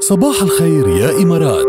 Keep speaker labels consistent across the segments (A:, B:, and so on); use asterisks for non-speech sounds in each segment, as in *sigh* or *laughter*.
A: صباح الخير يا إمارات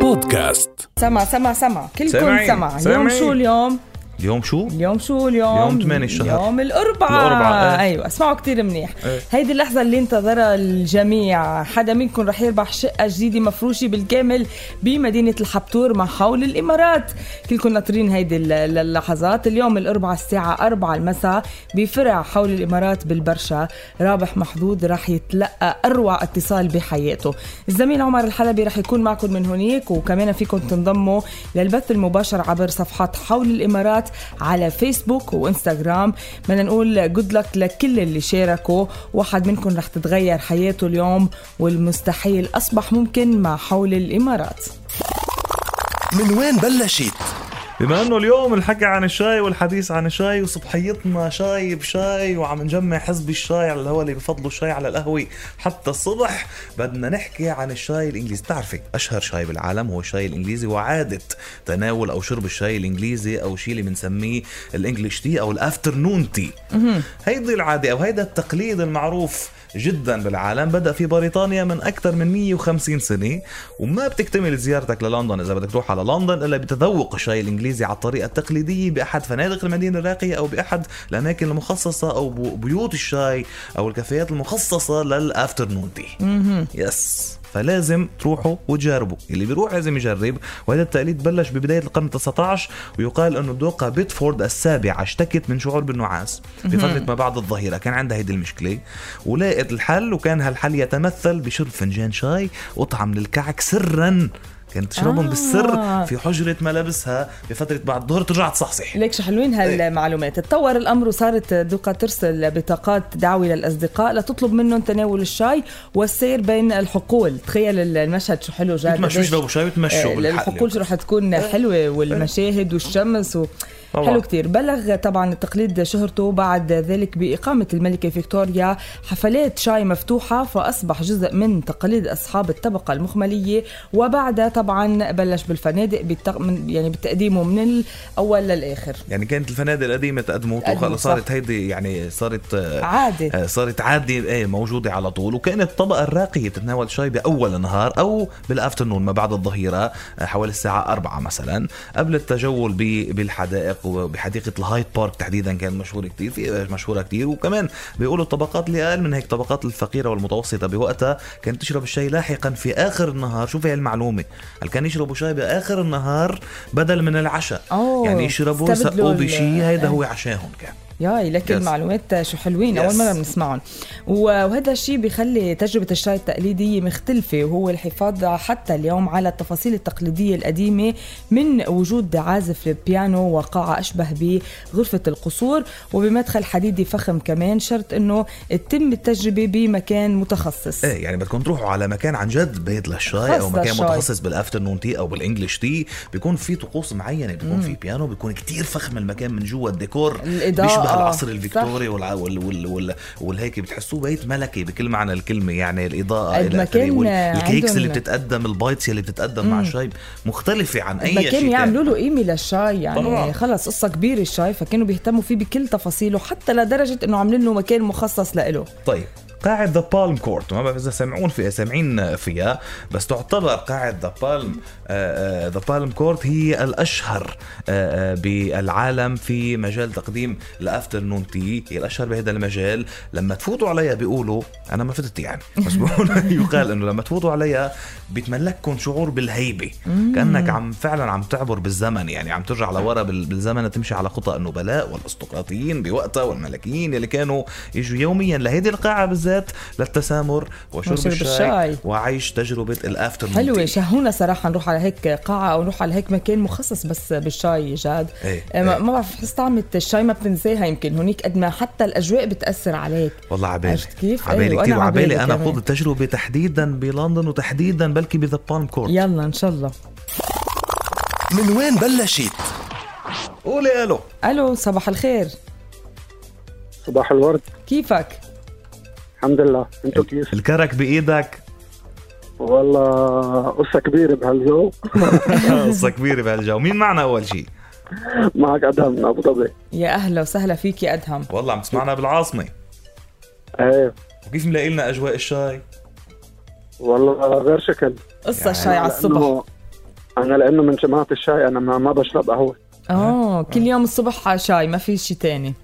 A: بودكاست
B: سما سما سما كلكم
C: سامعين.
B: سما اليوم
C: سامعين.
B: شو اليوم
C: اليوم شو؟
B: اليوم شو اليوم
C: يوم تمانية الشهر.
B: يوم الأربعاء
C: الأربعاء، إيه.
B: أيوة اسمعوا كتير منيح
C: إيه.
B: هيدي اللحظة اللي انتظرها الجميع حدا منكم رح يربح شقة جديدة مفروشة بالكامل بمدينة الحبتور مع حول الإمارات كلكم ناطرين هيدي ال- ال- اللحظات اليوم الأربعاء الساعة 4 المساء بفرع حول الإمارات بالبرشا رابح محظوظ رح يتلقى أروع اتصال بحياته الزميل عمر الحلبي رح يكون معكم من هناك وكمان فيكم تنضموا للبث المباشر عبر صفحات حول الإمارات على فيسبوك وإنستغرام بدنا نقول جود لك لكل اللي شاركوا واحد منكم رح تتغير حياته اليوم والمستحيل أصبح ممكن مع حول الإمارات
A: من وين بلشت؟
C: بما انه اليوم الحكي عن الشاي والحديث عن الشاي وصبحيتنا شاي بشاي وعم نجمع حزب الشاي على الهوا اللي بفضلوا الشاي على القهوة حتى الصبح بدنا نحكي عن الشاي الانجليزي بتعرفي اشهر شاي بالعالم هو الشاي الانجليزي وعادة تناول او شرب الشاي الانجليزي او شيء اللي بنسميه الانجليش تي او الافترنون تي هيدي العادة او هيدا التقليد المعروف جدا بالعالم بدا في بريطانيا من اكثر من 150 سنه وما بتكتمل زيارتك للندن اذا بدك تروح على لندن الا بتذوق الشاي الانجليزي على الطريقه التقليديه باحد فنادق المدينه الراقيه او باحد الاماكن المخصصه او بو- بيوت الشاي او الكافيهات المخصصه للافترنون تي يس فلازم تروحوا وتجربوا اللي بيروح لازم يجرب وهذا التقليد بلش ببداية القرن ال19 ويقال انه الدوقة بيتفورد السابعة اشتكت من شعور بالنعاس بفترة ما بعد الظهيرة كان عندها هيدي المشكلة ولقت الحل وكان هالحل يتمثل بشرب فنجان شاي قطعة من الكعك سرا كانت تشربهم
B: آه.
C: آه. بالسر في حجرة ملابسها بفترة بعد الظهر ترجع تصحصح
B: ليك شو حلوين
C: إيه.
B: هالمعلومات تطور الامر وصارت دوقة ترسل بطاقات دعوه للاصدقاء لتطلب منهم تناول الشاي والسير بين الحقول تخيل المشهد شو حلو جاد
C: بتمشوا
B: قديش-
C: يشربوا شاي
B: آه،
C: بتمشوا
B: الحقول شو رح تكون حلوه والمشاهد والشمس و...
C: طبعاً.
B: حلو كتير بلغ طبعا التقليد شهرته بعد ذلك بإقامة الملكة فيكتوريا حفلات شاي مفتوحة فأصبح جزء من تقاليد أصحاب الطبقة المخملية وبعدها طبعا بلش بالفنادق بالتق... من- يعني بتقديمه من الأول للآخر
C: يعني كانت الفنادق القديمه تقدموا
B: تقدموا،
C: وخلص صارت
B: صح.
C: هيدي يعني صارت آه،
B: عادة.
C: آه، صارت عادة ايه موجودة على طول وكانت الطبقة الراقية تتناول شاي بأول النهار أو بالأفترنون ما بعد الظهيرة آه، حوالي الساعة أربعة مثلا قبل التجول ب- بالحدائق وبحديقة الهايد بارك تحديدا كان مشهور كتير في مشهورة كتير وكمان بيقولوا الطبقات اللي أقل من هيك الطبقات الفقيرة والمتوسطة بوقتها كانت تشرب الشاي لاحقا في آخر النهار شوفي هالمعلومة هل كان يشربوا شاي بآخر النهار بدل من العشاء
B: أوه،
C: يعني يشربوا
B: استبدلوا
C: يسقوا
B: ال- إيه.
C: بشيء هيدا هو عشاهم كان
B: ياي لك
C: Yes.
B: المعلومات شو حلوين
C: Yes.
B: اول مره بنسمعهم و- وهذا الشيء بيخلي تجربه الشاي التقليديه مختلفه وهو الحفاظ حتى اليوم على التفاصيل التقليديه القديمه من وجود عازف البيانو وقاعه اشبه بغرفه القصور وبمدخل حديدي فخم كمان شرط انه تتم التجربه بمكان متخصص
C: ايه يعني بدكم تروحوا على مكان عن جد بيت للشاي
B: خاص
C: او مكان
B: للشاي.
C: متخصص بالافترنون تي او بالانجلش تي بيكون في طقوس معينه بيكون في بيانو بيكون كتير فخم المكان من جوا الديكور
B: الإضاءة، آه،
C: بيشبه العصر
B: صح.
C: الفيكتوري والع... وال... وال... وال... والهيك بتحسوه بيت ملكي بكل معنى الكلمه يعني الاضاءه إلى
B: المكان
C: آخره. وال- الكيكس اللي
B: عندهم-
C: بتتقدم البايتس اللي بتتقدم مع الشاي مختلفه عن اي شيء
B: مكان
C: تاني.
B: يعملوا له قيمه للشاي يعني
C: طبعاً.
B: خلص قصه كبيره الشاي فكانوا بيهتموا فيه بكل تفاصيله حتى لدرجه انه عاملين له مكان مخصص لإله
C: طيب قاعة ذا بالم كورت ما بعرف اذا سمعون في سامعين فيها بس تعتبر قاعة ذا بالم ذا بالم كورت هي الاشهر آه، آه، بالعالم في مجال تقديم الافترنون تي هي الاشهر بهذا المجال لما تفوتوا عليها بيقولوا انا ما فتت يعني بس بيقولوا- *laughs* يقال انه لما تفوتوا عليها بتملككم شعور بالهيبه كانك عم فعلا عم تعبر بالزمن يعني عم ترجع لورا بال- بالزمن تمشي على خطى النبلاء والارستقراطيين بوقتها والملكيين اللي كانوا يجوا يوميا لهيدي القاعه بالذات للتسامر وشرب
B: وشرب الشاي.
C: الشاي وعيش تجربه الافترنون
B: حلوة
C: تي.
B: شهونا صراحة نروح على هيك قاعة أو نروح على هيك مكان مخصص بس بالشاي جاد آه،
C: إيه،
B: ما-
C: إيه.
B: ما بعرف بحس طعمة الشاي ما بتنساها يمكن هونيك قد ما حتى الأجواء بتأثر عليك
C: والله عبالي
B: عرفت كيف؟ إيه،
C: عبالي
B: وأنا
C: كثير
B: عبالي
C: وعبالي انا
B: كمان.
C: خوض التجربه تحديدا بلندن وتحديدا بلكي بذا بالم كورت
B: يلا إن شاء الله
A: من وين بلشت؟
C: قولي الو
B: ألو صباح الخير
D: صباح الورد
B: كيفك؟
D: الحمد لله انتو كيف
C: الكرك بايدك
B: *laughs*
D: والله قصة كبيرة بهالجو
C: قصه كبيره بهالجو مين معنا اول شيء
D: معك أدهم من أبو ظبي
B: يا أهلا وسهلا فيك يا أدهم
C: والله عم تسمعنا بالعاصمه
D: ايه
C: وكيف ملاقي لنا اجواء الشاي
D: والله غير شكل
B: قصه
C: يعني
B: الشاي على الصبح
D: لأنه- انا لانه من جماعه الشاي انا ما, ما بشرب قهوه
B: اه
C: آه.
B: كل يوم الصبح شاي ما في شيء تاني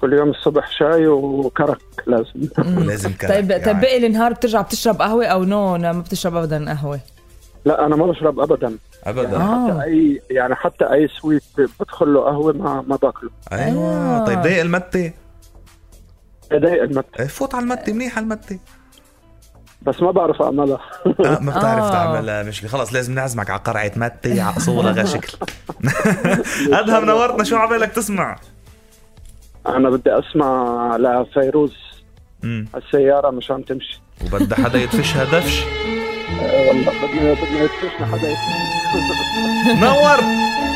D: كل يوم الصبح شاي وكرك لازم
B: مم.
C: لازم كرك
B: طيب
C: يعني.
B: طيب باقي النهار بترجع بتشرب قهوه او نو لا، ما بتشرب ابدا قهوه
D: لا انا ما بشرب ابدا
C: ابدا
B: آه.
D: حتى اي يعني حتى اي سويت بدخل له قهوه ما ما باكله
C: ايوه
B: آه.
C: طيب ضايق المتة
D: بدايق المت
C: إيه، فوت على المتة منيح
B: *laughs*
C: على المتة
D: بس ما بعرف *laughs* اعملها
C: آه ما بتعرف
B: آه.
C: تعملها مشكلة خلص لازم نعزمك على قرعة متة على صورة غير
B: *laughs*
C: شكل *laughs* ادهم نورتنا شو عبالك تسمع
D: انا بدي اسمع لفيروز
C: امم
D: السياره مشان تمشي إيه،
C: وبدها حدا يدفشها دفش
D: آه والله بدنا بدنا يدفشنا حدا يدفشنا.
C: نورت